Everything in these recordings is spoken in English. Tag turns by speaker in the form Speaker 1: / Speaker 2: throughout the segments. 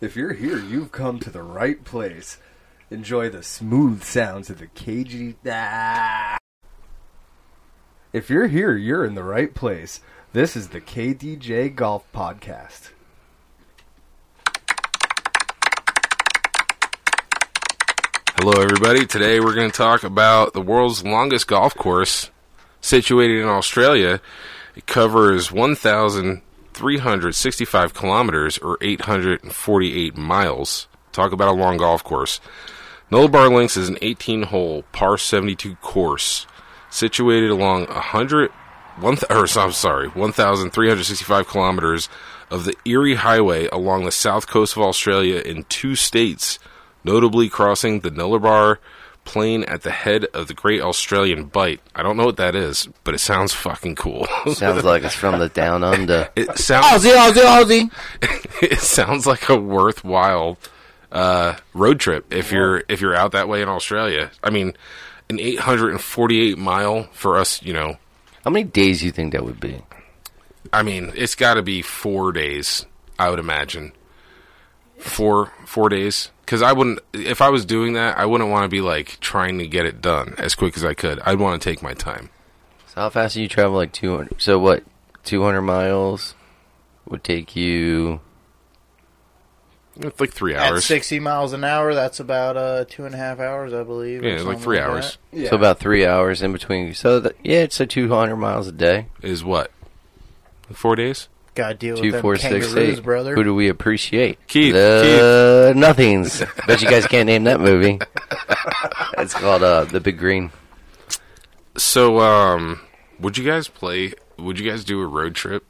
Speaker 1: If you're here, you've come to the right place. Enjoy the smooth sounds of the KG. Ah. If you're here, you're in the right place. This is the KDJ Golf Podcast.
Speaker 2: Hello, everybody. Today we're going to talk about the world's longest golf course situated in Australia. It covers 1,365 kilometers or 848 miles. Talk about a long golf course. Nullarbor Links is an 18 hole par 72 course situated along 100, one, th- or, I'm sorry, 1,365 kilometers of the Erie Highway along the south coast of Australia in two states, notably crossing the Nullarbor Plain at the head of the Great Australian Bight. I don't know what that is, but it sounds fucking cool.
Speaker 3: Sounds like it's from the down under.
Speaker 2: it sounds it sounds like a worthwhile uh, road trip if you're if you're out that way in Australia. I mean, an 848 mile for us, you know.
Speaker 3: How many days you think that would be?
Speaker 2: I mean, it's got to be four days, I would imagine. Four four days, because I wouldn't if I was doing that, I wouldn't want to be like trying to get it done as quick as I could. I'd want to take my time.
Speaker 3: So how fast do you travel? Like two hundred. So what? Two hundred miles would take you.
Speaker 2: It's like three
Speaker 4: At
Speaker 2: hours.
Speaker 4: 60 miles an hour, that's about uh, two and a half hours, I believe. or
Speaker 2: yeah, like
Speaker 4: something
Speaker 2: three
Speaker 4: that.
Speaker 2: hours
Speaker 3: So about three hours in between. So that, yeah, it's a two hundred miles a day.
Speaker 2: is what four days.
Speaker 4: Gotta deal with
Speaker 3: Two,
Speaker 4: them
Speaker 3: four, six,
Speaker 4: kangaroos,
Speaker 3: eight.
Speaker 4: brother.
Speaker 3: Who do we appreciate?
Speaker 2: Keith,
Speaker 3: The nothings. Bet you guys can't name that movie. it's called uh, The Big Green.
Speaker 2: So, um, would you guys play? Would you guys do a road trip?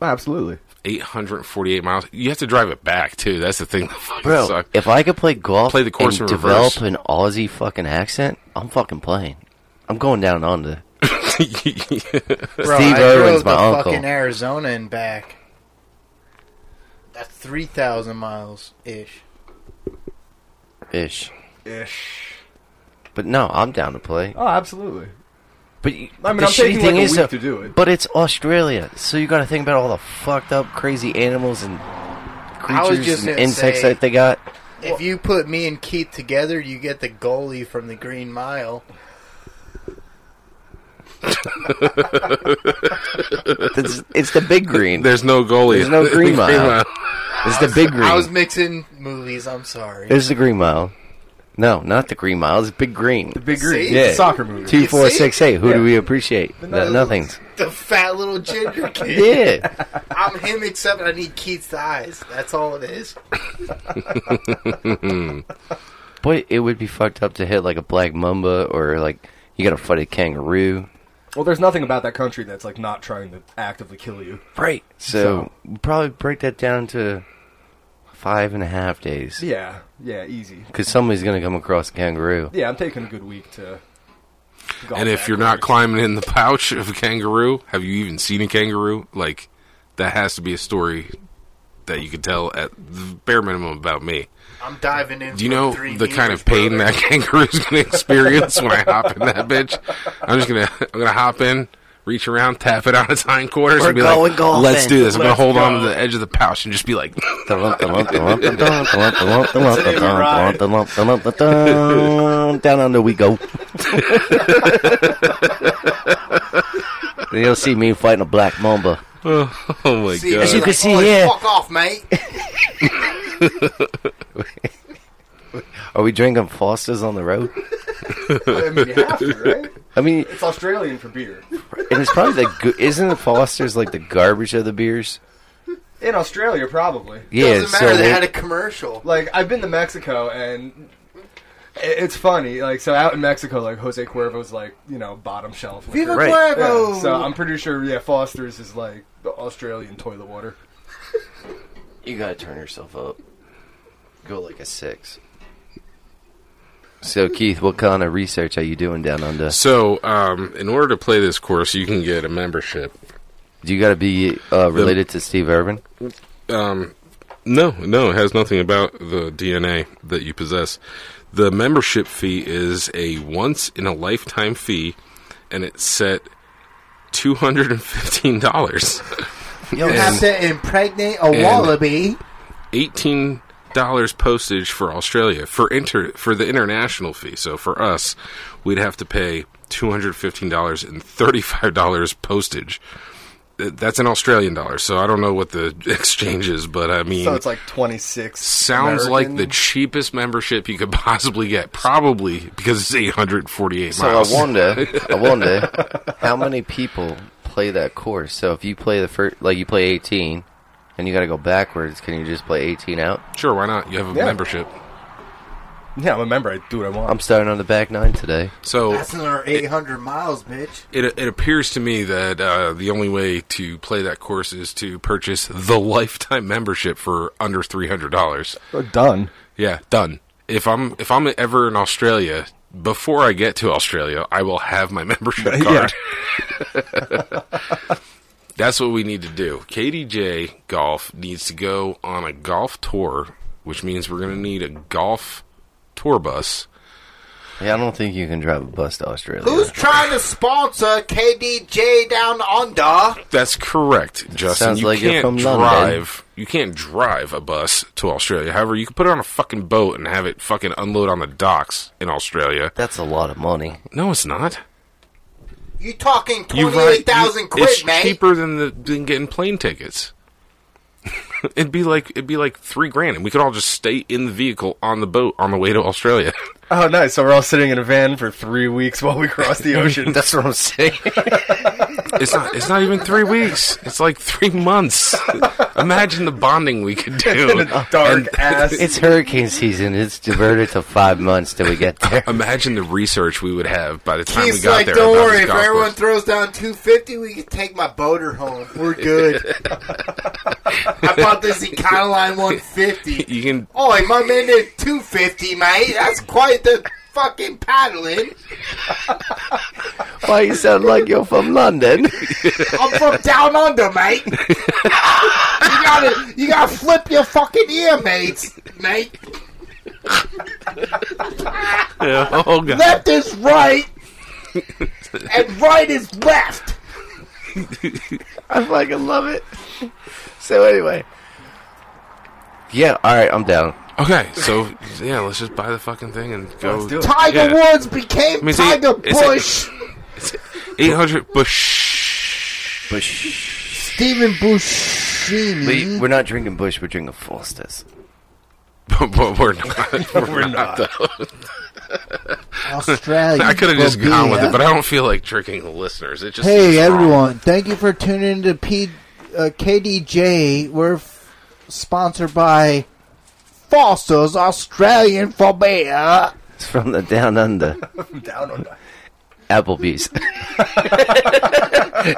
Speaker 1: Absolutely.
Speaker 2: 848 miles. You have to drive it back too. That's the thing. That fucking
Speaker 3: Bro,
Speaker 2: sucks.
Speaker 3: if I could play golf
Speaker 2: Play the course
Speaker 3: and
Speaker 2: in
Speaker 3: develop
Speaker 2: reverse.
Speaker 3: an Aussie fucking accent, I'm fucking playing. I'm going down under.
Speaker 4: Bro,
Speaker 3: Steve
Speaker 4: I drove
Speaker 3: Irwin's my
Speaker 4: to
Speaker 3: uncle.
Speaker 4: fucking Arizona and back. That's 3,000 miles ish.
Speaker 3: Ish.
Speaker 1: Ish.
Speaker 3: But no, I'm down to play.
Speaker 1: Oh, absolutely.
Speaker 3: But you,
Speaker 1: I mean,
Speaker 3: the
Speaker 1: I'm taking,
Speaker 3: shitty
Speaker 1: like,
Speaker 3: thing
Speaker 1: a
Speaker 3: is,
Speaker 1: week
Speaker 3: though,
Speaker 1: to do it.
Speaker 3: But it's Australia, so you got to think about all the fucked up, crazy animals and
Speaker 4: was
Speaker 3: creatures
Speaker 4: just
Speaker 3: and
Speaker 4: gonna
Speaker 3: insects
Speaker 4: say-
Speaker 3: that they got.
Speaker 4: If you put me and Keith together, you get the goalie from the Green Mile.
Speaker 3: It's, it's the big green.
Speaker 2: There's no goalie.
Speaker 3: There's no green mile.
Speaker 2: mile.
Speaker 3: It's the big green.
Speaker 4: I was mixing movies, I'm sorry.
Speaker 3: It's the green mile. No, not the green mile. It's big green.
Speaker 1: The Big Green.
Speaker 4: See?
Speaker 1: It's
Speaker 3: Yeah.
Speaker 1: a soccer movie.
Speaker 3: Two, four,
Speaker 4: see?
Speaker 3: six, eight. Who
Speaker 1: Yeah.
Speaker 3: do we appreciate? The nothings.
Speaker 4: The fat little ginger kid.
Speaker 3: Yeah.
Speaker 4: I'm him except I need Keith's eyes. That's all it is.
Speaker 3: Boy, it would be fucked up to hit like a black mamba or like you got to fight a kangaroo.
Speaker 1: Well, there's nothing about that country that's like not trying to actively kill you.
Speaker 3: Right. So, we'll probably break that down to five and a half days.
Speaker 1: Yeah, yeah, easy.
Speaker 3: Because somebody's going to come across a kangaroo.
Speaker 1: Yeah, I'm taking a good week to. golf
Speaker 2: And if
Speaker 1: back
Speaker 2: you're not
Speaker 1: there.
Speaker 2: climbing in the pouch of a kangaroo, have you even seen a kangaroo? Like, that has to be a story that you could tell at the bare minimum about me.
Speaker 4: I'm diving in.
Speaker 2: Do you
Speaker 4: from
Speaker 2: know
Speaker 4: three
Speaker 2: the kind
Speaker 4: meters,
Speaker 2: of pain
Speaker 4: brother.
Speaker 2: that kangaroo's gonna experience when I hop in that bitch? I'm just gonna I'm gonna hop in, reach around, tap it on its hindquarters,
Speaker 3: We're
Speaker 2: and be
Speaker 3: going
Speaker 2: like,
Speaker 3: golfing.
Speaker 2: "Let's do this." I'm gonna
Speaker 3: Let's
Speaker 2: hold on
Speaker 3: go.
Speaker 2: to the edge of the pouch and just be like,
Speaker 3: Down under we go. You'll see me fighting a black mamba.
Speaker 2: "Oh my
Speaker 4: See,
Speaker 2: god!"
Speaker 4: it's
Speaker 3: you can
Speaker 4: like,
Speaker 3: see
Speaker 4: "Oi,
Speaker 3: here-
Speaker 4: Fuck off, mate.
Speaker 3: Are we drinking Foster's on the road?
Speaker 1: I mean, you have to, right?
Speaker 3: I mean,
Speaker 1: It's Australian for beer.
Speaker 3: and it's probably the go- isn't the Foster's like the garbage of the beers?
Speaker 1: In Australia, probably.
Speaker 3: Yeah,
Speaker 4: Doesn't matter.
Speaker 3: so
Speaker 4: they
Speaker 3: we-
Speaker 4: had a commercial.
Speaker 1: Like I've been to Mexico and i- it's funny. Like so, out in Mexico, like Jose Cuervo's like you know bottom shelf.
Speaker 4: Viva
Speaker 1: liquor.
Speaker 3: Right.
Speaker 4: Cuervo.
Speaker 1: Yeah, so um, I'm pretty sure yeah, Foster's is like the Australian toilet water.
Speaker 3: You gotta turn yourself up. Go like a six. So Keith, what kind of research are you doing down under?
Speaker 2: So, um, in order to play this course, you can get a membership.
Speaker 3: Do you gotta be uh, related to Steve Irvin?
Speaker 2: Um, no, no, it has nothing about the DNA that you possess. The membership fee is a once in a lifetime fee, and it's set two hundred and fifteen dollars,
Speaker 4: You'll have to impregnate a
Speaker 2: and-
Speaker 4: wallaby.
Speaker 2: eighteen dollars postage for Australia for inter for the international fee. So for us, we'd have to pay two hundred fifteen dollars and thirty five dollars postage. Th- That's an Australian dollar, so I don't know what the exchange is, but I mean,
Speaker 1: So it's like 26.
Speaker 2: sounds
Speaker 1: American.
Speaker 2: like the cheapest membership you could possibly get, probably because it's eight hundred forty eight
Speaker 3: So
Speaker 2: miles.
Speaker 3: I wonder, I wonder how many people play that course. So if you play the first, like you play 18, and you got to go backwards, can you just play 18 out?
Speaker 2: Sure, why not? You have a
Speaker 1: Yeah.
Speaker 2: membership,
Speaker 1: Yeah, I'm a member. I do what I want.
Speaker 3: I'm starting on the back nine today.
Speaker 2: so
Speaker 5: That's another 800 miles, bitch.
Speaker 2: it, it appears to me that uh, the only way to play that course is to purchase the lifetime membership for under three hundred dollars.
Speaker 1: Oh, done.
Speaker 2: Yeah, done. If I'm if I'm ever in Australia, before I get to Australia, I will have my membership
Speaker 1: Yeah.
Speaker 2: card. That's what we need to do. KDJ Golf needs to go on a golf tour, which means we're going to need a golf tour bus.
Speaker 3: Yeah, I don't think you can drive a bus to Australia.
Speaker 5: Who's trying to sponsor KDJ Down Under?
Speaker 2: That's correct, Justin.
Speaker 3: Sounds
Speaker 2: you
Speaker 3: like you're
Speaker 2: can't
Speaker 3: from London.
Speaker 2: drive. You can't drive a bus to Australia. However, you can put it on a fucking boat and have it fucking unload on the docks in Australia.
Speaker 3: That's a lot of money.
Speaker 2: No, it's not.
Speaker 5: You talking
Speaker 2: You ride-
Speaker 5: 28,000
Speaker 2: you-
Speaker 5: quid,
Speaker 2: It's
Speaker 5: mate?
Speaker 2: cheaper than the, than getting plane tickets. it'd be like it'd be like three grand, and we could all just stay in the vehicle on the boat on the way to Australia.
Speaker 1: Oh, nice. So we're all sitting in a van for three weeks while we cross the ocean.
Speaker 3: That's what I'm saying.
Speaker 2: It's not. It's not even three weeks. It's like three months. Imagine the bonding we could do.
Speaker 1: Dark ass.
Speaker 3: it's hurricane season. It's diverted to five months till we get there.
Speaker 2: Imagine the research we would have by the time we
Speaker 5: He's
Speaker 2: got
Speaker 5: like,
Speaker 2: there.
Speaker 5: don't
Speaker 2: about
Speaker 5: worry,
Speaker 2: this
Speaker 5: if
Speaker 2: golf
Speaker 5: everyone
Speaker 2: course."
Speaker 5: throws down 250, we can take my boater home. We're good. I bought this Econoline 150.
Speaker 2: you can
Speaker 5: Oi, my man did 250, mate. That's quite the fucking paddling.
Speaker 3: Why you sound like you're from London?
Speaker 5: I'm from down under, mate. you gotta, you gotta flip your fucking ear, mates, mate.
Speaker 2: oh god,
Speaker 5: Left is right, and right is left.
Speaker 3: I fucking love it. So anyway, yeah. All right, I'm down.
Speaker 2: Okay, so yeah, let's just buy the fucking thing and go.
Speaker 1: Let's do it.
Speaker 5: Tiger
Speaker 2: Yeah.
Speaker 5: Woods became
Speaker 2: mean, it's a-
Speaker 5: Tiger
Speaker 2: it's a-
Speaker 5: Bush.
Speaker 2: Eight hundred bush.
Speaker 5: Stephen Buscemi.
Speaker 3: We, we're not drinking Bush. We're drinking Foster's.
Speaker 2: but, but we're not. We're, not. though.
Speaker 5: Australia.
Speaker 2: I could have just
Speaker 5: Bobia.
Speaker 2: gone with it, but I don't feel like tricking the listeners. It just seems
Speaker 5: hey
Speaker 2: wrong.
Speaker 5: everyone, thank you for tuning in to P- uh, KDJ. We're f- sponsored by Foster's Australian for Beer.
Speaker 3: It's from the down under.
Speaker 1: down on that.
Speaker 3: Applebee's.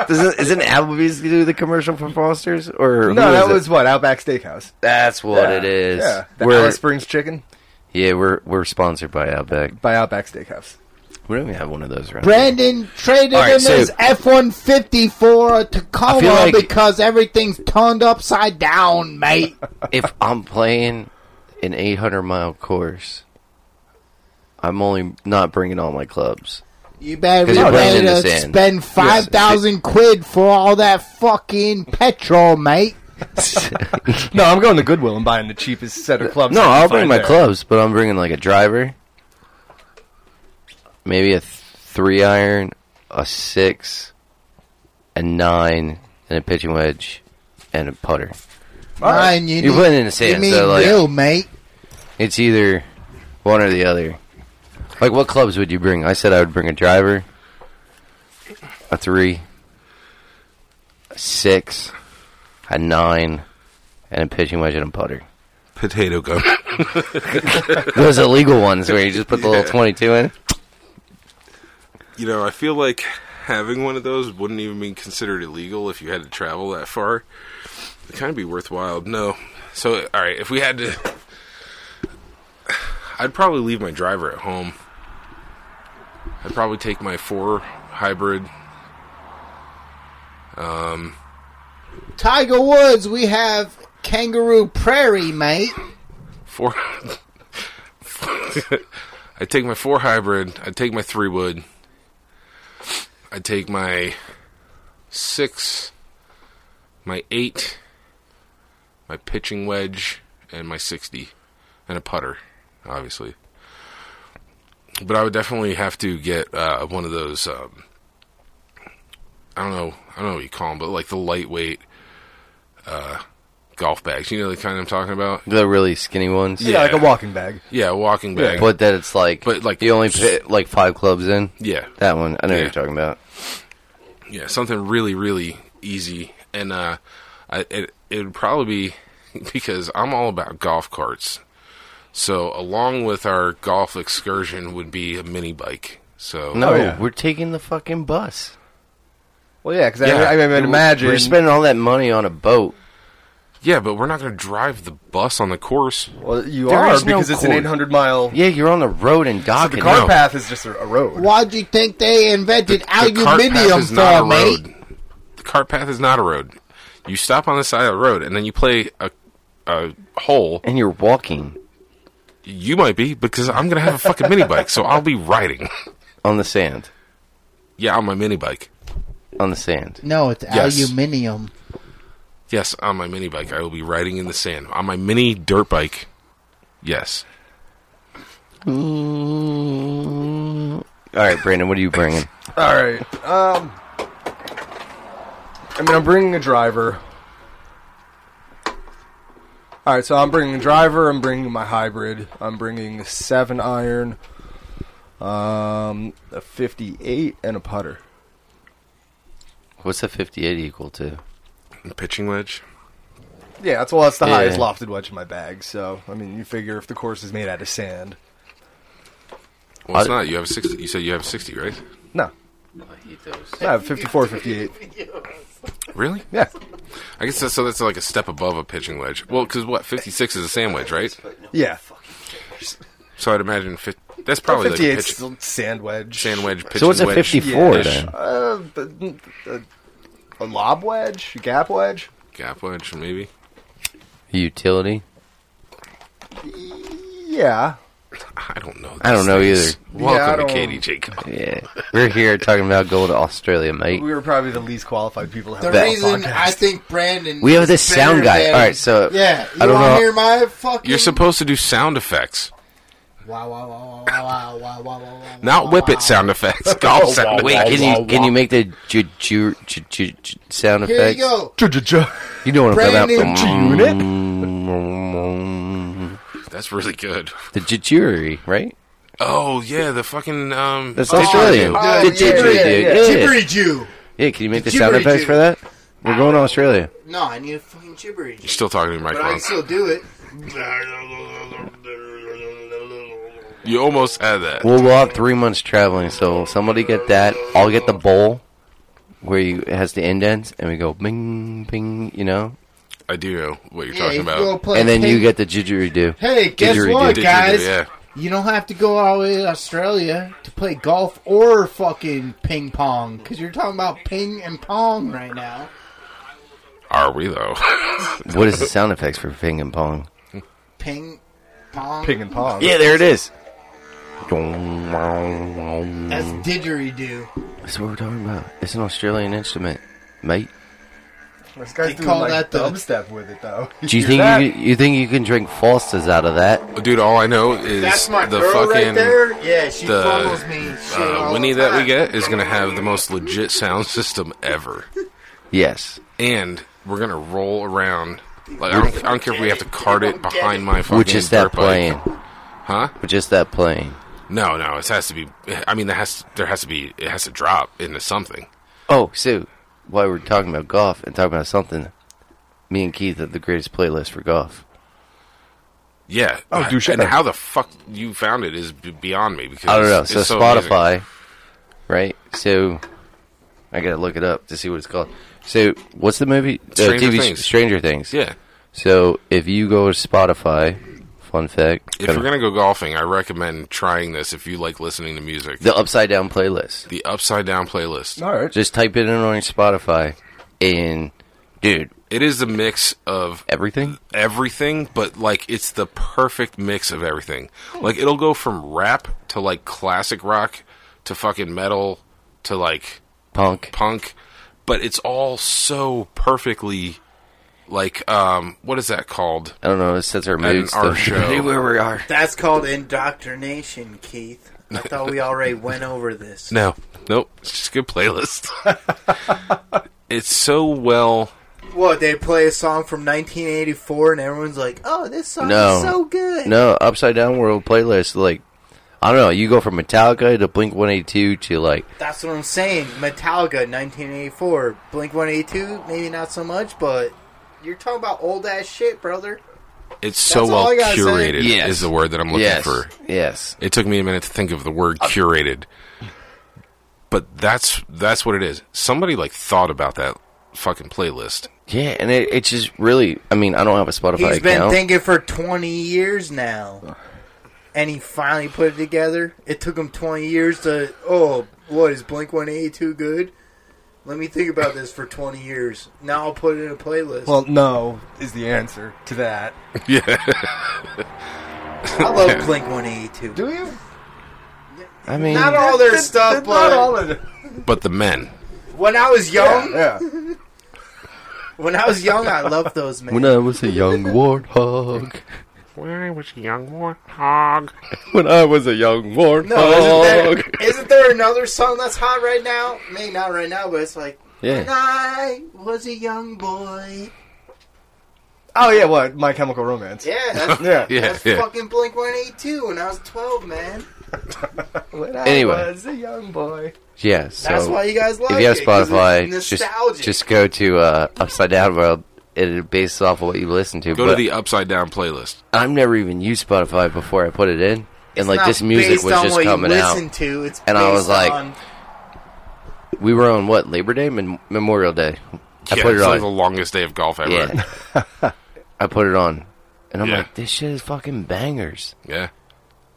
Speaker 3: Doesn't, isn't Applebee's do the commercial for Foster's? Or who
Speaker 1: No,
Speaker 3: is
Speaker 1: that
Speaker 3: it?
Speaker 1: was what Outback Steakhouse.
Speaker 3: that's what it is.
Speaker 1: Yeah, the
Speaker 3: we're,
Speaker 1: Alice Springs chicken
Speaker 3: yeah, we're we're sponsored by Outback.
Speaker 1: by Outback Steakhouse.
Speaker 3: We don't even have one of those around. here.
Speaker 5: Brandon traded
Speaker 3: All right,
Speaker 5: in
Speaker 3: so-
Speaker 5: his F one fifty for a Tacoma
Speaker 3: feel like-
Speaker 5: because everything's turned upside down, mate.
Speaker 3: if I'm playing an 800 mile course, I'm only not bringing all my clubs.
Speaker 5: You better be
Speaker 3: 'Cause it
Speaker 5: ready
Speaker 3: runs into
Speaker 5: to
Speaker 3: sand.
Speaker 5: spend five thousand quid for all that fucking petrol, mate.
Speaker 1: No, I'm going to Goodwill and buying the cheapest set of clubs.
Speaker 3: No,
Speaker 1: I can
Speaker 3: I'll
Speaker 1: find
Speaker 3: bring my
Speaker 1: there.
Speaker 3: clubs, but I'm bringing like a driver, maybe a th- three iron, a six, a nine, and a pitching wedge, and a putter.
Speaker 5: Mine, you
Speaker 3: You're
Speaker 5: need-
Speaker 3: putting in the
Speaker 5: You
Speaker 3: sand,
Speaker 5: mean
Speaker 3: so like
Speaker 5: real, mate?
Speaker 3: it's either one or the other. Like, what clubs would you bring? I said I would bring a driver, a three, a six, a nine, and a pitching wedge and a putter.
Speaker 2: potato gun.
Speaker 3: Those illegal ones where you just put the little twenty-two in.
Speaker 2: you know, I feel like having one of those wouldn't even be considered illegal if you had to travel that far. It'd kind of be worthwhile. No. So, all right, if we had to. I'd probably leave my driver at home. I'd probably take my four hybrid.
Speaker 5: Tiger Woods, we have Kangaroo Prairie, mate.
Speaker 2: Four. I'd take my four hybrid. I'd take my three wood. I'd take my six, my eight, my pitching wedge, and my 60. and a putter, obviously. But I would definitely have to get uh, one of those. Um, I don't know. I don't know what you call them, but like the lightweight uh, golf bags. You know the kind I'm talking about.
Speaker 3: The really skinny ones.
Speaker 2: Yeah.
Speaker 1: Yeah, like a walking bag.
Speaker 2: Yeah, walking bag.
Speaker 3: But that it's like,
Speaker 2: But, like,
Speaker 3: you only
Speaker 2: s-
Speaker 3: put like five clubs in.
Speaker 2: yeah,
Speaker 3: That one, I know what
Speaker 2: Yeah.
Speaker 3: you're talking about.
Speaker 2: yeah, something really, really easy, and uh, I, it it would probably be because I'm all about golf carts. So along with our golf excursion would be a mini bike. So
Speaker 3: No,
Speaker 1: Oh, yeah.
Speaker 3: we're taking the fucking bus.
Speaker 1: Well, yeah, because
Speaker 2: Yeah.
Speaker 1: I, I mean,
Speaker 2: We're-
Speaker 1: imagine
Speaker 3: We're spending all that money on a boat.
Speaker 2: yeah, but we're not going to drive the bus on the course.
Speaker 1: Well, you
Speaker 3: There
Speaker 1: are
Speaker 3: is no
Speaker 1: because it's an
Speaker 3: court.
Speaker 1: 800 mile.
Speaker 3: Yeah, you're on the road and docking.
Speaker 1: the car
Speaker 2: no.
Speaker 1: path is just a, a road.
Speaker 4: Why'd you think they invented
Speaker 2: cart
Speaker 4: aluminium for, mate?
Speaker 2: The cart path is not a road. You stop on the side of the road and then you play a a hole.
Speaker 3: and you're walking
Speaker 2: You might be because I'm going to have a fucking mini bike, so I'll be riding.
Speaker 3: on the sand.
Speaker 2: Yeah, on my mini bike.
Speaker 3: On the sand.
Speaker 4: No, it's
Speaker 2: Yes.
Speaker 4: aluminium.
Speaker 2: Yes, on my mini bike. I will be riding in the sand. On my mini dirt bike. Yes.
Speaker 3: All right, Brandon, what are you bringing?
Speaker 1: All right. Um, I mean, I'm bringing a driver. All right, so I'm bringing a driver. I'm bringing my hybrid. I'm bringing a seven iron, um, a 58, and a putter.
Speaker 3: What's a 58 equal to?
Speaker 2: Pitching wedge.
Speaker 1: Yeah, that's well, that's the
Speaker 3: Yeah.
Speaker 1: highest lofted wedge in my bag. So I mean, you figure if the course is made out of sand,
Speaker 2: Well, it's
Speaker 3: I-
Speaker 2: not. You have 60. You said you have 60, right?
Speaker 1: no, no, I have 54, 58.
Speaker 2: Really?
Speaker 1: Yeah,
Speaker 2: I guess that's, so that's like a step above a pitching wedge. Well, because what? 56 is a sand wedge, right?
Speaker 1: yeah.
Speaker 2: So I'd imagine fif- that's probably like a
Speaker 1: 58
Speaker 2: pitch,
Speaker 1: still sand wedge.
Speaker 2: sand wedge, pitching
Speaker 3: So what's a
Speaker 2: wedge.
Speaker 3: 54
Speaker 1: Yeah.
Speaker 3: then?
Speaker 1: Uh, but, uh, a lob wedge, gap wedge.
Speaker 2: Gap wedge, maybe?
Speaker 3: Utility?
Speaker 1: Yeah.
Speaker 2: I don't know.
Speaker 3: I
Speaker 2: these
Speaker 3: don't know
Speaker 1: either.
Speaker 2: things.
Speaker 1: Yeah, I
Speaker 2: Welcome
Speaker 1: don't-
Speaker 2: to KDJ Golf.
Speaker 3: Yeah. We're here talking about going to Australia, mate.
Speaker 1: We were probably the least qualified people to
Speaker 4: The
Speaker 1: have that
Speaker 4: reason
Speaker 1: podcast.
Speaker 4: I think Brandon.
Speaker 3: We have
Speaker 4: is
Speaker 3: this
Speaker 4: better
Speaker 3: sound guy.
Speaker 4: than-
Speaker 3: All right, so
Speaker 4: yeah, you
Speaker 3: I don't
Speaker 4: wanna
Speaker 3: know.
Speaker 4: Hear my fucking.
Speaker 2: You're supposed to do sound effects,
Speaker 4: Wow, wow, wow, wow, wow, wow, wow, wow, wow, wow,
Speaker 2: not whip
Speaker 4: wow.
Speaker 2: it sound effects. Golf sound
Speaker 3: Wait,
Speaker 2: effects.
Speaker 3: can you can you make the ju- ju- ju- ju- ju- sound
Speaker 4: Here
Speaker 3: effects?
Speaker 4: you go.
Speaker 3: You know what I'm talking
Speaker 4: Brandon
Speaker 3: about?
Speaker 1: G-Unit?
Speaker 3: unit.
Speaker 2: That's really good.
Speaker 3: The jittery, right?
Speaker 2: Oh yeah, the fucking um.
Speaker 3: That's
Speaker 2: didgeridoo.
Speaker 3: Australian.
Speaker 4: Uh,
Speaker 1: yeah,
Speaker 3: the jittery,
Speaker 1: yeah,
Speaker 3: dude.
Speaker 1: yeah.
Speaker 3: Yeah.
Speaker 4: Gibbery Jew.
Speaker 3: Yeah, can you make the sound
Speaker 4: Jittery
Speaker 3: effects
Speaker 4: Jew.
Speaker 3: for that? We're going to Australia.
Speaker 4: No, I need a fucking gibbery Jew.
Speaker 2: You're still talking to your
Speaker 4: But I
Speaker 2: microphone.
Speaker 4: can still do it.
Speaker 2: You almost had that.
Speaker 3: We'll walk three months traveling, so somebody get that. I'll get the bowl where you it has the indents, and we go bing, bing, you know?
Speaker 2: I do know what you're
Speaker 4: Yeah,
Speaker 2: talking
Speaker 4: you go
Speaker 2: about.
Speaker 4: play
Speaker 3: and then
Speaker 4: ping-
Speaker 3: you get the didgeridoo.
Speaker 4: Hey, guess
Speaker 3: Didgeridoo.
Speaker 4: what,
Speaker 2: Didgeridoo,
Speaker 4: guys?
Speaker 2: yeah.
Speaker 4: You don't have to go all the way to Australia to play golf or fucking ping pong because you're talking about ping and pong right now.
Speaker 2: Are we though?
Speaker 3: What is the sound effects for ping and pong?
Speaker 4: Ping, pong.
Speaker 1: Ping and pong.
Speaker 3: Yeah, there it is. That's
Speaker 4: That's didgeridoo.
Speaker 3: what we're talking about. It's an Australian instrument, mate.
Speaker 1: This guy's
Speaker 4: They
Speaker 1: doing
Speaker 4: call
Speaker 1: like
Speaker 4: that the-
Speaker 1: dubstep with it, though.
Speaker 3: Do you
Speaker 1: hear
Speaker 3: think
Speaker 1: that?
Speaker 3: you, you think you can drink Foster's out of that?
Speaker 2: Dude, all I know is
Speaker 4: That's my
Speaker 2: the
Speaker 4: girl
Speaker 2: fucking
Speaker 4: right there. Yeah, she
Speaker 2: the,
Speaker 4: follows me. Shit all
Speaker 2: uh,
Speaker 4: the
Speaker 2: Winnie that we
Speaker 4: time.
Speaker 2: get is gonna have the most legit sound system ever,
Speaker 3: Yes.
Speaker 2: and we're gonna roll around. Like I don't, I don't care if we have to cart it behind my fucking.
Speaker 3: Which is that
Speaker 2: dirt bike.
Speaker 3: plane?
Speaker 2: Huh?
Speaker 3: Which is that plane?
Speaker 2: No, no. It has to be. I mean, there has there has to be. It has to drop into something.
Speaker 3: Oh, so while we're talking about golf and talking about something, me and Keith have the greatest playlist for golf.
Speaker 2: Yeah.
Speaker 1: Oh, dude, shut
Speaker 2: And
Speaker 1: up.
Speaker 2: how the fuck you found it is b- beyond me because
Speaker 3: I don't know.
Speaker 2: it's
Speaker 3: So,
Speaker 2: amazing.
Speaker 3: Spotify, right? So I gotta look it up to see what it's called. So what's the movie?
Speaker 2: Stranger
Speaker 3: TV
Speaker 2: Things.
Speaker 3: Stranger Things.
Speaker 2: Yeah.
Speaker 3: So if you go to Spotify, fun fact,
Speaker 2: If
Speaker 3: kinda-
Speaker 2: you're gonna go golfing, I recommend trying this if you like listening to music. The,
Speaker 3: the upside down playlist,
Speaker 2: upside down playlist.
Speaker 1: All right.
Speaker 3: just type it in on your Spotify, and dude,
Speaker 2: It is the mix of
Speaker 3: everything.
Speaker 2: everything, but like it's the perfect mix of everything. Like it'll go from rap to like classic rock to fucking metal to like
Speaker 3: Punk.
Speaker 2: punk, but it's all so perfectly like um, what is that called?
Speaker 3: I don't know. It sets our
Speaker 2: At
Speaker 3: moods.
Speaker 2: an art
Speaker 3: to-
Speaker 2: show.
Speaker 3: where we are.
Speaker 5: That's called indoctrination, Keith. I thought we already went over this.
Speaker 2: No, nope. It's just a good playlist. it's so well.
Speaker 5: What, they play a song from 1984 and everyone's like, oh, this song
Speaker 3: No.
Speaker 5: is so good.
Speaker 3: No, upside down world playlist. Like, I don't know. You go from Metallica to Blink 182 to like
Speaker 5: That's what I'm saying. Metallica, 1984. Blink 182, maybe not so much, but you're talking about old ass shit, brother.
Speaker 2: It's so
Speaker 5: That's all
Speaker 2: well
Speaker 5: I gotta say.
Speaker 2: curated.
Speaker 3: Yes.
Speaker 2: Is the word that I'm looking
Speaker 3: yes, Uh,
Speaker 2: for.
Speaker 3: yes.
Speaker 2: It took me a minute to think of the word curated. But that's that's what it is. Somebody like thought about that fucking playlist.
Speaker 3: Yeah, and it, it's just really. I mean, I don't have a Spotify
Speaker 5: He's
Speaker 3: account.
Speaker 5: been thinking for 20 years now. And he finally put it together. It took him 20 years to, oh, what, is Blink 182 good? Let me think about this for 20 years. Now I'll put it in a playlist.
Speaker 1: Well, no is the answer to that.
Speaker 5: I love Blink 182.
Speaker 1: Do you?
Speaker 3: I mean,
Speaker 5: Not all their
Speaker 1: It's
Speaker 5: stuff,
Speaker 1: it's not
Speaker 5: but
Speaker 1: all of it.
Speaker 2: But the men.
Speaker 5: when I was young,
Speaker 1: Yeah.
Speaker 5: when I was young, I loved those men.
Speaker 3: when I was a young warthog. When I was a young warthog. When
Speaker 5: No,
Speaker 3: I was a young warthog.
Speaker 5: isn't there, isn't there another song that's hot right now? Maybe not right now, but it's like
Speaker 3: Yeah.
Speaker 5: When I was a young boy.
Speaker 1: Oh yeah, what? My Chemical Romance.
Speaker 5: Yeah, that's,
Speaker 1: Yeah.
Speaker 2: Yeah,
Speaker 5: that's
Speaker 2: yeah.
Speaker 5: fucking Blink 182 when I was 12, man.
Speaker 1: When I
Speaker 3: Anyway.
Speaker 1: was a young boy.
Speaker 3: Yeah, so
Speaker 5: That's why you guys like
Speaker 3: if you have
Speaker 5: it, 'cause
Speaker 3: Spotify,
Speaker 5: it's
Speaker 3: just
Speaker 5: nostalgic.
Speaker 3: just go to uh, Upside Down World. It based off of what you listen to.
Speaker 2: Go
Speaker 3: but
Speaker 2: to the upside down playlist.
Speaker 3: I've never even used Spotify before I put it in, and
Speaker 5: It's
Speaker 3: like
Speaker 5: not
Speaker 3: this music
Speaker 5: based
Speaker 3: was
Speaker 5: on
Speaker 3: just
Speaker 5: what you
Speaker 3: coming out.
Speaker 5: listen To. It's
Speaker 3: And I
Speaker 5: based
Speaker 3: was like,
Speaker 5: on-
Speaker 3: We were on what Labor Day, Mem- Memorial Day. I
Speaker 2: yeah,
Speaker 3: put
Speaker 2: it's
Speaker 3: it
Speaker 2: like the
Speaker 3: on.
Speaker 2: longest day of golf ever.
Speaker 3: Yeah, I put it on, and I'm
Speaker 2: Yeah.
Speaker 3: like, this shit is fucking bangers.
Speaker 2: Yeah.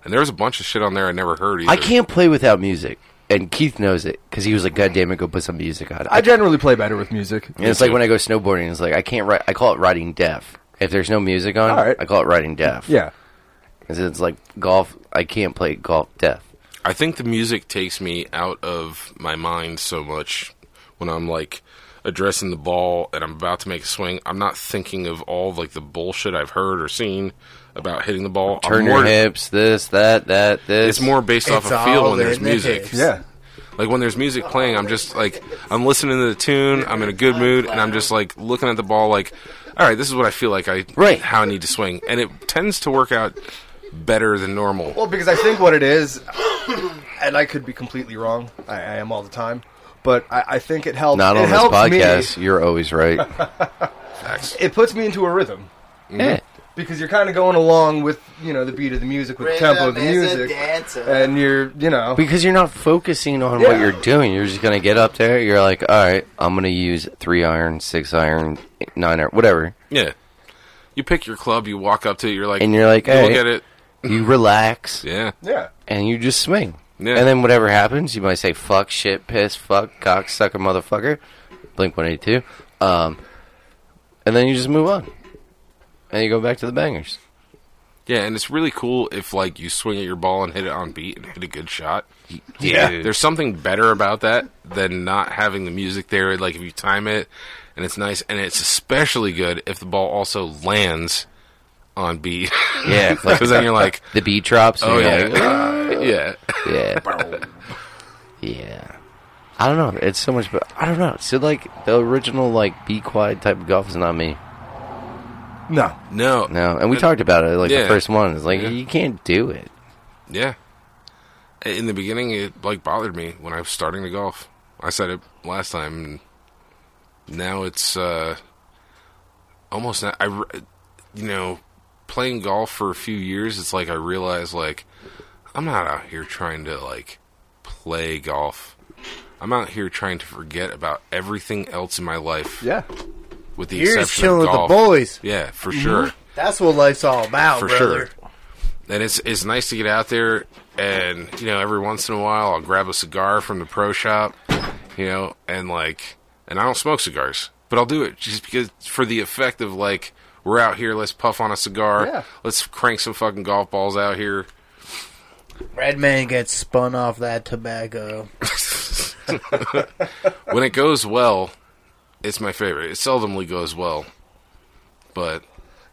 Speaker 2: And there was a bunch of shit on there I never heard either.
Speaker 3: I can't play without music, and Keith knows it because he was like, "God damn it, go put some music on."
Speaker 1: I generally play better with music.
Speaker 3: And it's like when I go snowboarding, it's like I can't write. I call it riding deaf. If there's no music on,
Speaker 1: All right.
Speaker 3: I call it riding deaf.
Speaker 1: Yeah.
Speaker 3: 'Cause it's like golf. I can't play golf deaf.
Speaker 2: I think the music takes me out of my mind so much when I'm like addressing the ball and I'm about to make a swing. I'm not thinking of all like the bullshit I've heard or seen about hitting the ball. I'm
Speaker 3: Turn
Speaker 2: more-
Speaker 3: your hips. This, that, that, this.
Speaker 2: It's more based off
Speaker 5: It's
Speaker 2: a feel
Speaker 5: all
Speaker 2: when there's
Speaker 5: in the
Speaker 2: music.
Speaker 5: hips.
Speaker 1: Yeah.
Speaker 2: Like when there's music playing, I'm just like I'm listening to the tune. I'm in a good mood, and I'm just like looking at the ball, like, all right, this is what I feel like I
Speaker 3: Right.
Speaker 2: how I need to swing, and it tends to work out better than normal.
Speaker 1: Well, because I think what it is, and I could be completely wrong. I, I am all the time, but I, I think it helps.
Speaker 3: Not
Speaker 1: it
Speaker 3: on this
Speaker 1: helps me.
Speaker 3: podcast. You're always right.
Speaker 2: Facts.
Speaker 1: It puts me into a rhythm
Speaker 3: yeah.
Speaker 1: because you're kind of going along with you know the beat of the music, with the tempo of the
Speaker 5: Rhythm is a
Speaker 1: music, Uh,
Speaker 5: dancer.
Speaker 1: and you're you know
Speaker 3: Because you're not focusing on
Speaker 1: Yeah.
Speaker 3: what you're doing. You're just gonna get up there. You're like, all right, I'm gonna use three iron, six iron, nine iron, whatever.
Speaker 2: Yeah. You pick your club, you walk up to it, you're like,
Speaker 3: And you're like,
Speaker 2: you look
Speaker 3: hey,
Speaker 2: at it,
Speaker 3: you relax
Speaker 2: yeah,
Speaker 1: yeah.
Speaker 3: and you just swing.
Speaker 2: Yeah.
Speaker 3: And then whatever happens, you might say fuck, shit, piss, fuck, cock, sucker, motherfucker, blink one eighty two, um, and then you just move on, and you go back to the bangers.
Speaker 2: yeah, and it's really cool if like you swing at your ball and hit it on beat and hit a good shot. There's something better about that than not having the music there. Like if you time it, and it's nice, and it's especially good if the ball also lands on beat.
Speaker 3: yeah. Like
Speaker 2: Because then you're like,
Speaker 3: the beat drops. And
Speaker 2: oh yeah,
Speaker 3: you're like,
Speaker 2: yeah.
Speaker 3: Yeah. yeah. I don't know. It's so much, but I don't know. So like the original like be quiet type of golf is not me.
Speaker 1: No,
Speaker 2: No,
Speaker 3: No, and we
Speaker 2: Uh,
Speaker 3: talked about it like
Speaker 2: yeah.
Speaker 3: the first one. It's like
Speaker 2: Yeah.
Speaker 3: you can't do it.
Speaker 2: Yeah. In the beginning, it like bothered me when I was starting to golf. I said it last time. And now it's uh, almost not. I, re- you know, playing golf for a few years, it's like I realized like I'm not out here trying to like play golf. I'm out here trying to forget about everything else in my life,
Speaker 1: yeah.
Speaker 2: with the
Speaker 5: You're just
Speaker 2: exception of
Speaker 5: chilling with the Mm-hmm.
Speaker 2: golf.
Speaker 5: boys.
Speaker 2: Yeah, for sure
Speaker 5: That's what life's all
Speaker 1: Oh,
Speaker 5: about,
Speaker 2: for
Speaker 5: brother.
Speaker 2: sure. And it's it's nice to get out there, and you know, every once in a while, I'll grab a cigar from the pro shop, you know, and like, and I don't smoke cigars, but I'll do it just because for the effect of like, we're out here, let's puff on a cigar,
Speaker 1: Yeah.
Speaker 2: let's crank some fucking golf balls out here.
Speaker 5: Red man gets spun off that tobacco.
Speaker 2: When it goes well, it's my favorite. It seldomly goes well, But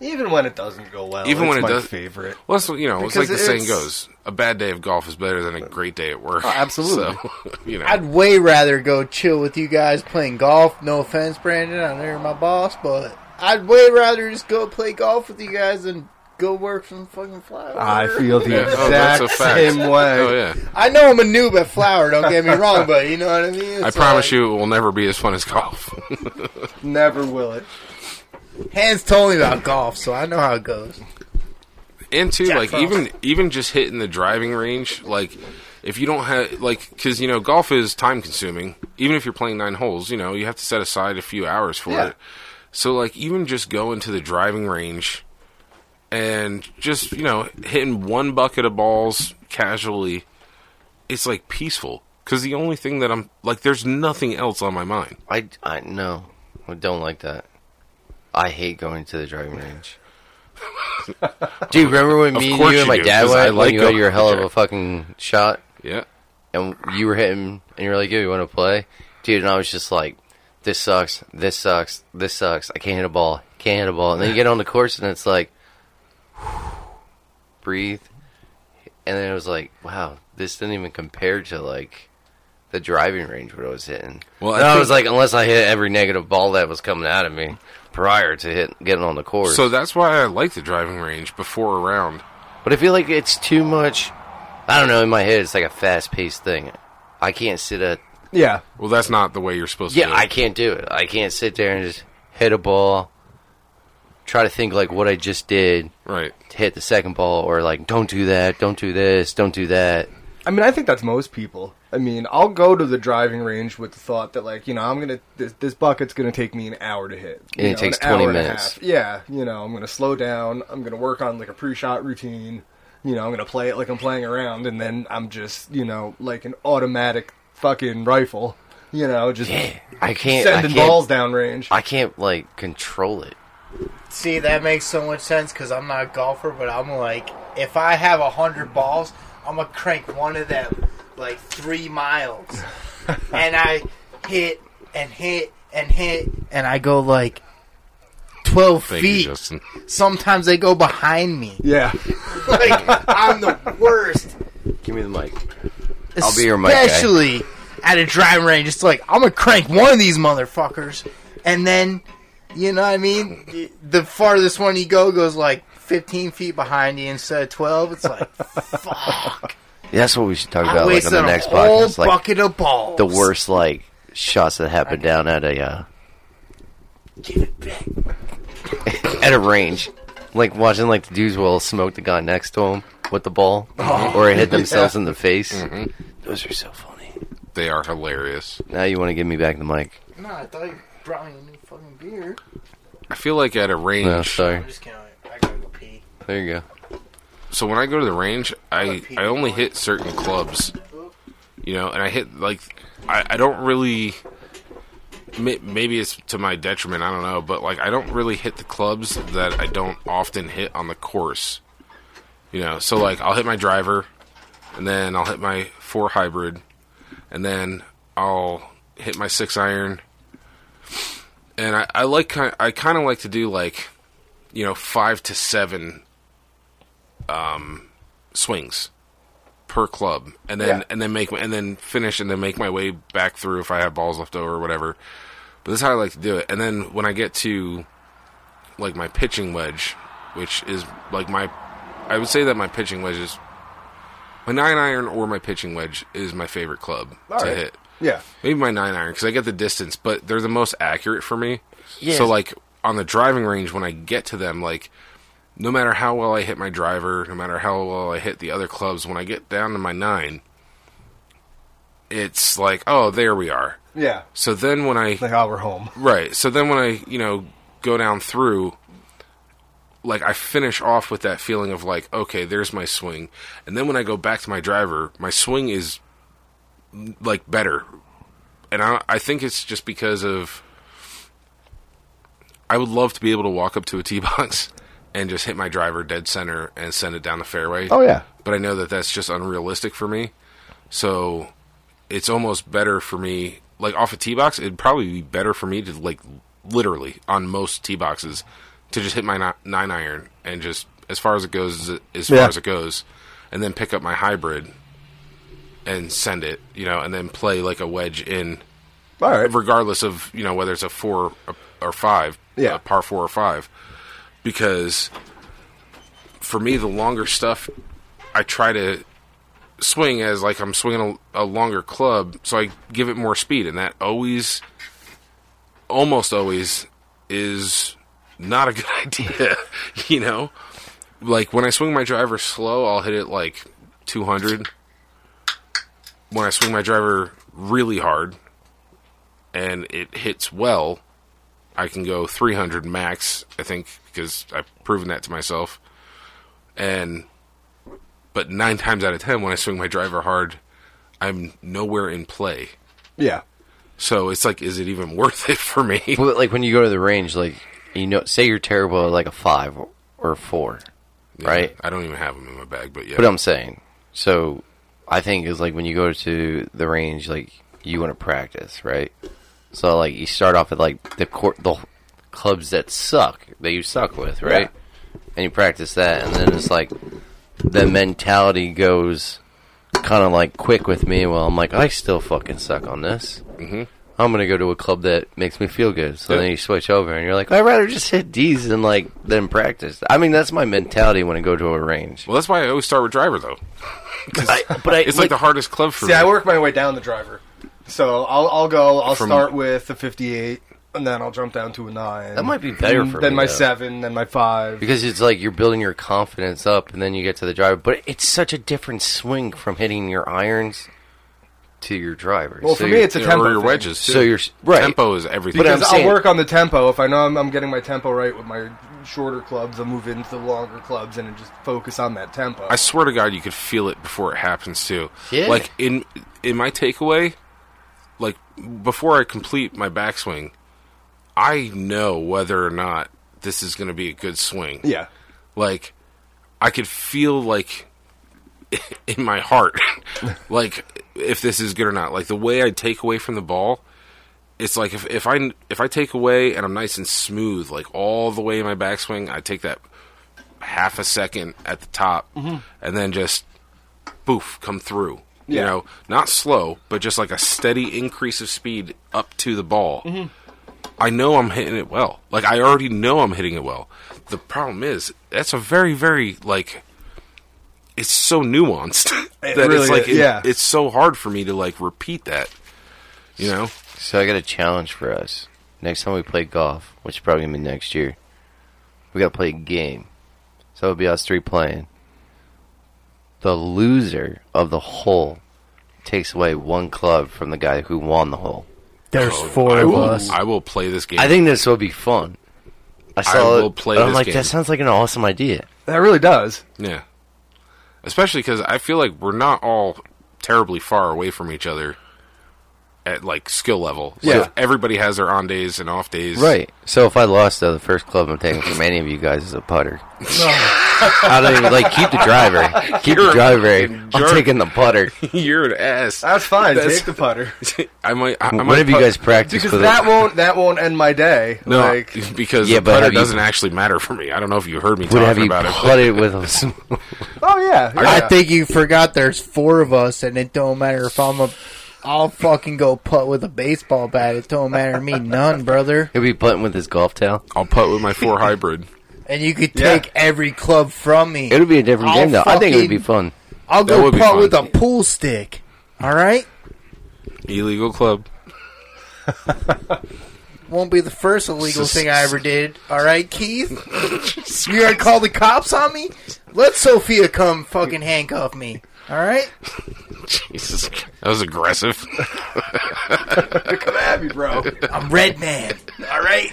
Speaker 1: Even when it doesn't go well,
Speaker 2: Even
Speaker 1: even
Speaker 2: when
Speaker 1: when
Speaker 2: it
Speaker 1: my
Speaker 2: does-
Speaker 1: favorite.
Speaker 2: well, that's, you know,
Speaker 1: Because
Speaker 2: it's like the saying
Speaker 1: it's-
Speaker 2: goes: a bad day of golf is better than a great day at work.
Speaker 1: Oh, absolutely.
Speaker 2: So, you know,
Speaker 5: I'd way rather go chill with you guys playing golf. No offense, Brandon. I know you're my boss, but I'd way rather just go play golf with you guys than go work some fucking flower.
Speaker 1: I feel the
Speaker 2: Yeah. Oh, that's
Speaker 1: exact
Speaker 2: a fact.
Speaker 1: same way.
Speaker 2: Oh yeah,
Speaker 5: I know I'm a noob at flower. Don't get me wrong, but you know what I mean.
Speaker 2: I
Speaker 5: It's
Speaker 2: promise
Speaker 5: like-
Speaker 2: you, it will never be as fun as golf.
Speaker 1: Never will it.
Speaker 5: Hans told me about golf, so I know how it goes.
Speaker 2: and too,
Speaker 5: Jack
Speaker 2: like
Speaker 5: Frost.
Speaker 2: even even just hitting the driving range, like if you don't have like because you know golf is time consuming. Even if you're playing nine holes, you know you have to set aside a few hours for
Speaker 1: Yeah.
Speaker 2: it. So like even just going to the driving range and just you know hitting one bucket of balls casually, it's like peaceful. Because the only thing that I'm like, there's nothing else on my mind.
Speaker 3: I, I no, I don't like that. I hate going to the driving range. Dude, remember when
Speaker 2: Of
Speaker 3: me and
Speaker 2: course
Speaker 3: you
Speaker 2: you
Speaker 3: and my
Speaker 2: do,
Speaker 3: dad
Speaker 2: 'cause
Speaker 3: went?
Speaker 2: I
Speaker 3: when
Speaker 2: like
Speaker 3: you had
Speaker 2: going
Speaker 3: your
Speaker 2: to
Speaker 3: hell
Speaker 2: the
Speaker 3: of a
Speaker 2: drive-
Speaker 3: fucking shot,
Speaker 2: Yeah.
Speaker 3: and you were hitting, and you were like, "Yo, you want to play, dude?" And I was just like, "This sucks. This sucks. This sucks. I can't hit a ball. Can't hit a ball." And then you get on the course, and it's like, breathe, and then it was like, "Wow, this didn't even compare to like." The driving range, what I was hitting.
Speaker 2: Well, I
Speaker 3: and I
Speaker 2: think-
Speaker 3: was like, unless I hit every negative ball that was coming out of me prior to hit, getting on the course.
Speaker 2: So that's why I like the driving range before a round.
Speaker 3: But I feel like it's too much. I don't know. In my head, it's like a fast-paced thing. I can't sit at.
Speaker 1: Yeah.
Speaker 2: Well, that's not the way you're supposed to.
Speaker 3: Yeah,
Speaker 2: do it.
Speaker 3: I can't do it. I can't sit there and just hit a ball. Try to think like what I just did
Speaker 2: right.
Speaker 3: to hit the second ball, or like don't do that, don't do this, don't do that.
Speaker 1: I mean, I think that's most people. I mean, I'll go to the driving range with the thought that, like, you know, I'm gonna this, this bucket's gonna take me an hour to hit. You
Speaker 3: And it
Speaker 1: know,
Speaker 3: takes
Speaker 1: an hour
Speaker 3: 20
Speaker 1: and a
Speaker 3: minutes.
Speaker 1: half. Yeah, you know, I'm gonna slow down. I'm gonna work on like a pre-shot routine. You know, I'm gonna play it like I'm playing around, and then I'm just, you know, like an automatic fucking rifle. You know, just
Speaker 3: Yeah, I can't. I
Speaker 1: sending
Speaker 3: can't,
Speaker 1: balls down range.
Speaker 3: I can't like control it.
Speaker 5: See, that makes so much sense because I'm not a golfer, but I'm like, if I have a hundred balls, I'm gonna crank one of them like three miles, and I hit and hit and hit, and I go like twelve
Speaker 2: Thank you,
Speaker 5: feet.
Speaker 2: Justin.
Speaker 5: Sometimes they go behind me.
Speaker 1: yeah,
Speaker 5: Like I'm the worst.
Speaker 3: Give me the mic. I'll be eh? your mic guy.
Speaker 5: Especially at a driving range, it's like I'm gonna crank one of these motherfuckers, and then you know what I mean. The farthest one you go goes like 15 feet behind you instead of 12. It's like fuck.
Speaker 3: That's what we should talk
Speaker 5: I
Speaker 3: about. Like on
Speaker 5: wasted
Speaker 3: the next
Speaker 5: a whole
Speaker 3: podcast, like
Speaker 5: bucket of balls.
Speaker 3: the worst like shots that happen down at a uh, at a range. Like watching like the dudes will smoke the guy next to him with the ball,
Speaker 5: Oh.
Speaker 3: or hit themselves in the face.
Speaker 5: Mm-hmm.
Speaker 3: Those are so funny.
Speaker 2: They are hilarious.
Speaker 3: Now you want to give me back the mic?
Speaker 5: No, I thought you brought me a new fucking beer.
Speaker 2: I feel like at a range.
Speaker 3: No, sorry.
Speaker 5: I'm just kidding. I gotta go pee.
Speaker 3: There you go.
Speaker 2: So when I go to the range, I I only hit certain clubs, you know, and I hit like I, I don't really. may- Maybe it's to my detriment. I don't know, but like I don't really hit the clubs that I don't often hit on the course. You know, so like I'll hit my driver, and then I'll hit my four hybrid, and then I'll hit my six iron. And I, I like ki- I kind of like to do like, you know, five to seven um, swings per club, and then
Speaker 1: Yeah.
Speaker 2: and then make and then finish and then make my way back through if I have balls left over or whatever. But this is how I like to do it. And then when I get to like my pitching wedge, which is like my, I would say that my pitching wedge is my nine iron or my pitching wedge is my favorite club
Speaker 1: All
Speaker 2: to
Speaker 1: right.
Speaker 2: hit.
Speaker 1: yeah.
Speaker 2: Maybe my nine iron because I get the distance, but they're the most accurate for me.
Speaker 3: Yeah.
Speaker 2: So like on the driving range, when I get to them, like no matter how well I hit my driver, no matter how well I hit the other clubs, when I get down to my nine, it's like oh there we are.
Speaker 1: Yeah.
Speaker 2: So then when I
Speaker 1: Like, oh, we're home.
Speaker 2: right, so then when I you know go down through. Like I finish off with that feeling of like, okay, there's my swing, and then when I go back to my driver, my swing is like better, and I I think it's just because of I would love to be able to walk up to a tee box and just hit my driver dead center and send it down the fairway.
Speaker 1: Oh, yeah.
Speaker 2: but I know that that's just unrealistic for me. So it's almost better for me like off a tee box. It'd probably be better for me to like literally on most tee boxes to just hit my ni- nine iron and just as far as it goes as- as
Speaker 1: Yeah.
Speaker 2: far as it goes, and then pick up my hybrid and send it, you know, and then play like a wedge in,
Speaker 1: All right.
Speaker 2: regardless of you know whether it's a four or- or five,
Speaker 1: Yeah.
Speaker 2: a uh, par four or five, because for me the longer stuff I try to swing as like I'm swinging a, a longer club, so I give it more speed, and that always, almost always, is not a good idea. you know, like when I swing my driver slow, I'll hit it like 200. When I swing my driver really hard, and it hits well, I can go 300 max. I think because I've proven that to myself, and but nine times out of ten, when I swing my driver hard, I'm nowhere in play.
Speaker 1: Yeah.
Speaker 2: So it's like, is it even worth it for me?
Speaker 3: But like when you go to the range, like you know, say you're terrible at like a five or a four, right?
Speaker 2: I don't even have them in my bag, but yeah,
Speaker 3: But um, I'm saying, so I think is like when you go to the range, like you want to practice, right? So like you start off with like the court, the clubs that suck that you suck with, right? And you practice that, and then it's like the mentality goes kind of like quick with me. Well, I'm like I still fucking suck on this. Mm-hmm. I'm gonna go to a club that makes me feel good. So
Speaker 2: Yeah.
Speaker 3: then you switch over, and you're like, I'd rather just hit these than like than practice. I mean, that's my mentality when I go to a range.
Speaker 2: well, that's why I always start with driver though. 'Cause
Speaker 3: but I,
Speaker 2: it's like, the hardest club for
Speaker 1: See,
Speaker 2: me.
Speaker 1: I work my way down the driver. So I'll I'll go. I'll
Speaker 2: From-
Speaker 1: start with the 58, and then I'll jump down to a nine.
Speaker 3: That might be better
Speaker 1: Then-
Speaker 3: for
Speaker 1: Then
Speaker 3: me,
Speaker 1: my
Speaker 3: though.
Speaker 1: seven, then my five.
Speaker 3: because it's like you're building your confidence up, and then you get to the driver. But it's such a different swing from hitting your irons to your drivers.
Speaker 1: Well,
Speaker 3: So
Speaker 1: for me,
Speaker 3: you're-
Speaker 1: it's a
Speaker 2: Yeah,
Speaker 1: tempo.
Speaker 2: or your
Speaker 1: thing.
Speaker 2: wedges. Too.
Speaker 3: so you're s- right.
Speaker 2: tempo is everything.
Speaker 3: But I'm
Speaker 1: Because I'll
Speaker 3: saying-
Speaker 1: work on the tempo. If I know I'm, I'm getting my tempo right with my shorter clubs, I'll move into the longer clubs and just focus on that tempo.
Speaker 2: I swear to God, you could feel it before it happens too.
Speaker 3: Yeah.
Speaker 2: Like in in my takeaway, like before I complete my backswing, I know whether or not this is going to be a good swing.
Speaker 1: yeah.
Speaker 2: Like I could feel like in my heart, like if this is good or not. Like the way I take away from the ball, it's like if if I if I take away and I'm nice and smooth, like all the way in my backswing, I take that half a second at the top,
Speaker 1: Mm-hmm.
Speaker 2: and then just boof come through. You
Speaker 1: Yeah.
Speaker 2: know, not slow, but just like a steady increase of speed up to the ball.
Speaker 1: Mm-hmm.
Speaker 2: I know I'm hitting it well. Like I already know I'm hitting it well. The problem is that's a very very like it's so nuanced that
Speaker 1: really
Speaker 2: it's like
Speaker 1: is,
Speaker 2: it-
Speaker 1: yeah.
Speaker 2: it's so hard for me to like repeat that. You know,
Speaker 3: So I got a challenge for us. Next time we play golf, which is probably gonna be next year, we gotta play a game. So it'll be us three playing. The loser of the hole takes away one club from the guy who won the hole.
Speaker 4: There's four
Speaker 2: I
Speaker 4: of
Speaker 2: will,
Speaker 4: us.
Speaker 2: I will play this game.
Speaker 3: I think this will be fun. I saw
Speaker 2: will
Speaker 3: it,
Speaker 2: play
Speaker 3: and I'm
Speaker 2: this
Speaker 3: like,
Speaker 2: game.
Speaker 3: that sounds like an awesome idea.
Speaker 1: That really does.
Speaker 2: yeah, especially because I feel like we're not all terribly far away from each other at like skill level. So
Speaker 1: Yeah.
Speaker 2: everybody has their on days and off days.
Speaker 3: Right. So if I lost though, the first club I'm taking from any of you guys is a putter. I don't even like keep the driver. Keep
Speaker 2: You're
Speaker 3: the
Speaker 2: a
Speaker 3: driver.
Speaker 2: fucking
Speaker 3: I'm
Speaker 2: jerk.
Speaker 3: taking the putter.
Speaker 2: you're an ass.
Speaker 1: That's fine.
Speaker 2: That's-
Speaker 1: Take the putter
Speaker 2: I might. I, I
Speaker 3: What
Speaker 2: might
Speaker 3: have you
Speaker 2: put-
Speaker 3: guys practiced?
Speaker 1: because
Speaker 3: with
Speaker 1: that
Speaker 3: it?
Speaker 1: won't that won't end my day.
Speaker 2: No,
Speaker 1: Like,
Speaker 2: because
Speaker 3: Yeah,
Speaker 2: the
Speaker 3: but have
Speaker 2: putter
Speaker 3: you-
Speaker 2: doesn't actually matter for me. I don't know if you heard me
Speaker 3: would
Speaker 2: talking
Speaker 3: have you
Speaker 2: about it. but-
Speaker 3: putted with us?
Speaker 1: oh yeah, yeah.
Speaker 5: I think you forgot there's four of us, and it don't matter if I'm a. I'll fucking go putt with a baseball bat. It don't matter to me none, brother.
Speaker 3: He'll be putting with his golf tail.
Speaker 2: I'll putt with my four hybrid.
Speaker 5: And you could
Speaker 1: Yeah.
Speaker 5: take every club from me.
Speaker 3: It'll be a different
Speaker 5: I'll
Speaker 3: game though. I think it would be
Speaker 5: fucking-
Speaker 3: fun.
Speaker 5: I'll
Speaker 2: that
Speaker 5: go
Speaker 2: would be
Speaker 5: putt
Speaker 2: fun.
Speaker 5: with a pool stick. All right,
Speaker 2: Illegal club.
Speaker 5: won't be the first illegal
Speaker 2: S-
Speaker 5: thing I ever did. All right, Keith, you gonna call the cops on me? Let Sophia come fucking handcuff me. All right,
Speaker 2: Jesus, that was aggressive.
Speaker 1: come at me, bro.
Speaker 5: I'm red man. All right,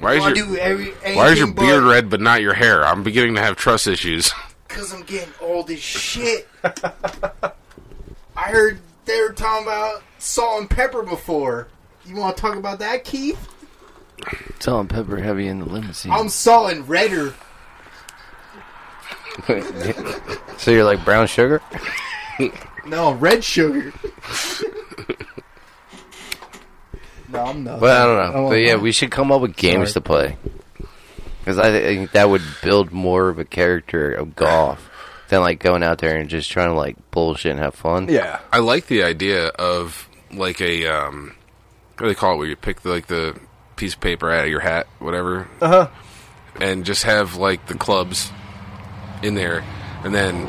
Speaker 2: Why
Speaker 5: I'll
Speaker 2: is your
Speaker 5: do every.
Speaker 2: Why is your beard red but not your hair? I'm beginning to have trust issues.
Speaker 5: Because I'm getting old as shit. I heard they were talking about salt and pepper before. You want to talk about that, Keith?
Speaker 3: Salt and pepper heavy in the lemon seed.
Speaker 5: I'm salt and redder.
Speaker 3: so you're like brown sugar.
Speaker 5: No, red sugar.
Speaker 4: I'm nothing.
Speaker 3: But I don't know.
Speaker 4: Oh,
Speaker 3: but yeah,
Speaker 4: okay.
Speaker 3: we should come up with games to play. Because I think that would build more of a character of golf than like going out there and just trying to like bullshit and have fun.
Speaker 1: Yeah.
Speaker 2: I like the idea of like a um, what do they call it? Where you pick the, like the piece of paper out of your hat, whatever,
Speaker 1: Uh huh.
Speaker 2: and just have like the clubs in there, and then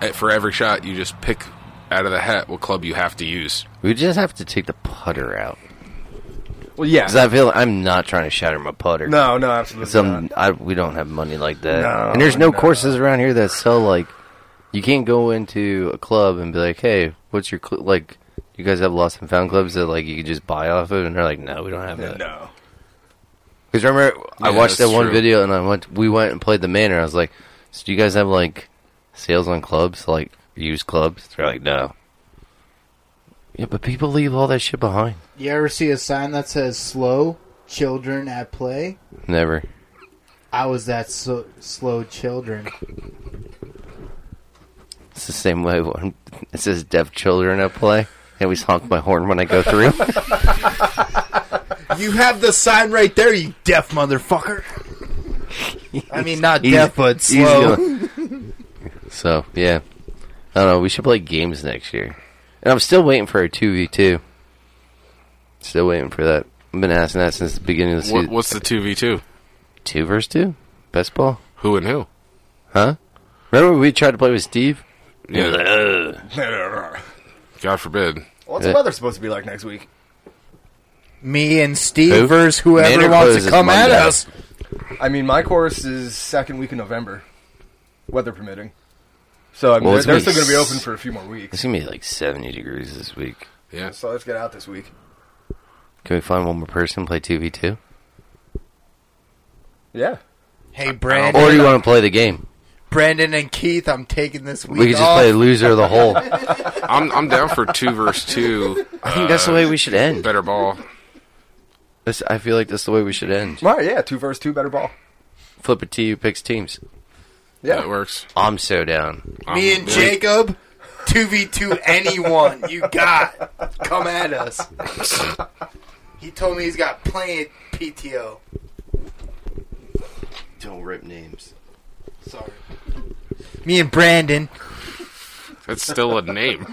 Speaker 2: at, for every shot you just pick out of the hat what club you have to use.
Speaker 3: We just have to take the putter out.
Speaker 1: Well, yeah.
Speaker 3: Because I feel I'm not trying to shatter my putter.
Speaker 1: no, no, absolutely
Speaker 3: Some
Speaker 1: not.
Speaker 3: I, we don't have money like that,
Speaker 1: No,
Speaker 3: and there's no,
Speaker 1: no.
Speaker 3: courses around here that sell like. You can't go into a club and be like, "Hey, what's your cl-? like?" You guys have lost and found clubs that like you could just buy off of, and they're like, "No, we don't have that."
Speaker 1: No.
Speaker 3: Because remember, I
Speaker 2: Yeah,
Speaker 3: watched that
Speaker 2: that's
Speaker 3: one
Speaker 2: true.
Speaker 3: video, and I went. We went and played the manor. I was like, "So do you guys have like sales on clubs, like used clubs?" They're like, "No." Yeah, but people leave all that shit behind.
Speaker 5: You ever see a sign that says slow children at play?
Speaker 3: Never.
Speaker 5: I was that so- slow children.
Speaker 3: It's the same way when it says deaf children at play. I always honk my horn when I go through.
Speaker 5: You have the sign right there, you deaf motherfucker. I mean, not
Speaker 3: He's-
Speaker 5: deaf, but
Speaker 3: he's
Speaker 5: slow.
Speaker 3: gonna- so yeah, I don't know. We should play games next year, and I'm still waiting for a two v two. Still waiting for that. I've been asking that since the beginning of the
Speaker 2: What,
Speaker 3: season.
Speaker 2: what's the two v two?
Speaker 3: two versus two? Best ball?
Speaker 2: Who and who?
Speaker 3: Huh? Remember when we tried to play with Steve?
Speaker 2: Yeah.
Speaker 1: What's
Speaker 2: God forbid.
Speaker 1: the weather supposed to be like next week?
Speaker 5: Me and Steve
Speaker 3: Who?
Speaker 5: versus whoever
Speaker 3: Manor
Speaker 5: wants
Speaker 3: closes
Speaker 5: to come at
Speaker 3: Monday.
Speaker 5: us.
Speaker 1: I mean, my course is second week in November, weather permitting. So I mean,
Speaker 3: Well,
Speaker 1: they're,
Speaker 3: it's
Speaker 1: they're
Speaker 3: gonna
Speaker 1: still
Speaker 3: be
Speaker 1: going to be
Speaker 3: s-
Speaker 1: open for a few more weeks.
Speaker 3: It's gonna be like seventy degrees this week.
Speaker 2: Yeah.
Speaker 1: So let's get out this week.
Speaker 3: Can we find one more person and play two v two?
Speaker 1: Yeah.
Speaker 5: Hey,
Speaker 3: Or do
Speaker 5: Brandon,
Speaker 3: you want to play the game?
Speaker 5: Brandon and Keith, I'm taking this week
Speaker 3: We could just
Speaker 5: off.
Speaker 3: play loser of the hole. I
Speaker 2: I'm I'm down for two versus two.
Speaker 3: think that's the way we should end.
Speaker 2: Better ball.
Speaker 3: This, I feel like that's the way we should end.
Speaker 1: All right, yeah, two versus two, better ball.
Speaker 3: Flip it to you, picks teams.
Speaker 1: Yeah.
Speaker 2: That works. Um,
Speaker 3: I'm so down.
Speaker 5: Me
Speaker 2: I'm doing
Speaker 5: and
Speaker 2: it.
Speaker 5: Jacob, 2v2 anyone you got. Come at us. He told me he's got plenty of PTO.
Speaker 3: Don't rip names.
Speaker 5: Sorry. Me and Brandon.
Speaker 2: That's still a name.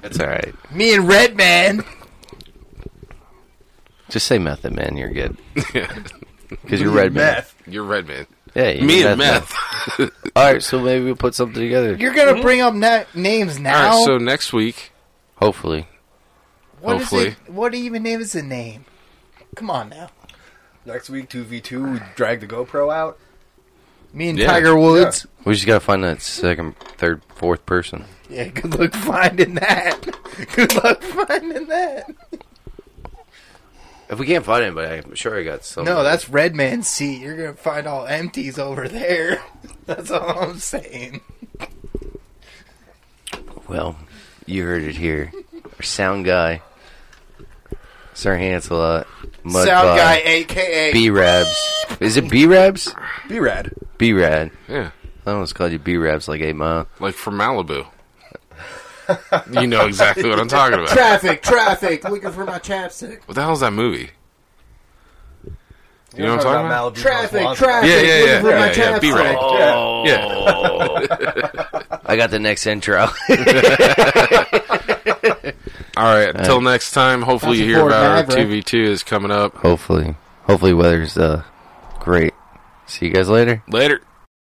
Speaker 3: That's all right.
Speaker 5: Me and Redman.
Speaker 3: Just say method man. You're good. Because you're red man.
Speaker 1: Meth.
Speaker 2: You're Redman.
Speaker 3: Yeah, you're
Speaker 2: Me and
Speaker 3: Man.
Speaker 2: Meth.
Speaker 3: All right, so maybe we'll put something together.
Speaker 5: You're going to bring up na- names
Speaker 2: All
Speaker 5: now?
Speaker 2: right. So next week,
Speaker 3: Hopefully,
Speaker 5: What is
Speaker 2: hopefully.
Speaker 5: it? What even name is the name? Come on now.
Speaker 1: Next week, 2v2, we drag the GoPro out.
Speaker 5: Me and
Speaker 2: Yeah.
Speaker 5: Tiger Woods.
Speaker 3: we just gotta find that second, third, fourth person.
Speaker 5: Yeah. good luck finding that. Good luck finding that.
Speaker 3: If we can't find anybody, I'm sure I got some.
Speaker 5: No, that's Redman's seat. You're going to find all empties over there. That's all I'm saying.
Speaker 3: well, you heard it here. Our sound guy, Sir Hanselot, Mud
Speaker 5: Sound
Speaker 3: Pie,
Speaker 5: guy, aka
Speaker 3: B Rabs. Is it B Rabs?
Speaker 1: Be rad.
Speaker 3: B Rad.
Speaker 2: Yeah.
Speaker 3: I almost called you B Rabs like eight mile.
Speaker 2: Like from Malibu. you know exactly what I'm talking about.
Speaker 5: traffic, traffic, looking for my chapstick.
Speaker 2: What the hell's that movie? You know what I'm talking about?
Speaker 1: Malibu
Speaker 5: Traffic,
Speaker 1: Girls
Speaker 5: traffic,
Speaker 2: Yeah, yeah, yeah,
Speaker 5: looking for my
Speaker 2: yeah, yeah,
Speaker 5: chapstick.
Speaker 2: be right.
Speaker 3: Oh,
Speaker 2: Yeah.
Speaker 3: I got the next intro.
Speaker 2: All right. Until next time. Hopefully you hear
Speaker 5: Ford
Speaker 2: about our
Speaker 5: Maverick.
Speaker 2: two v two is coming up
Speaker 3: Hopefully, hopefully weather's uh great. See you guys later.
Speaker 2: later.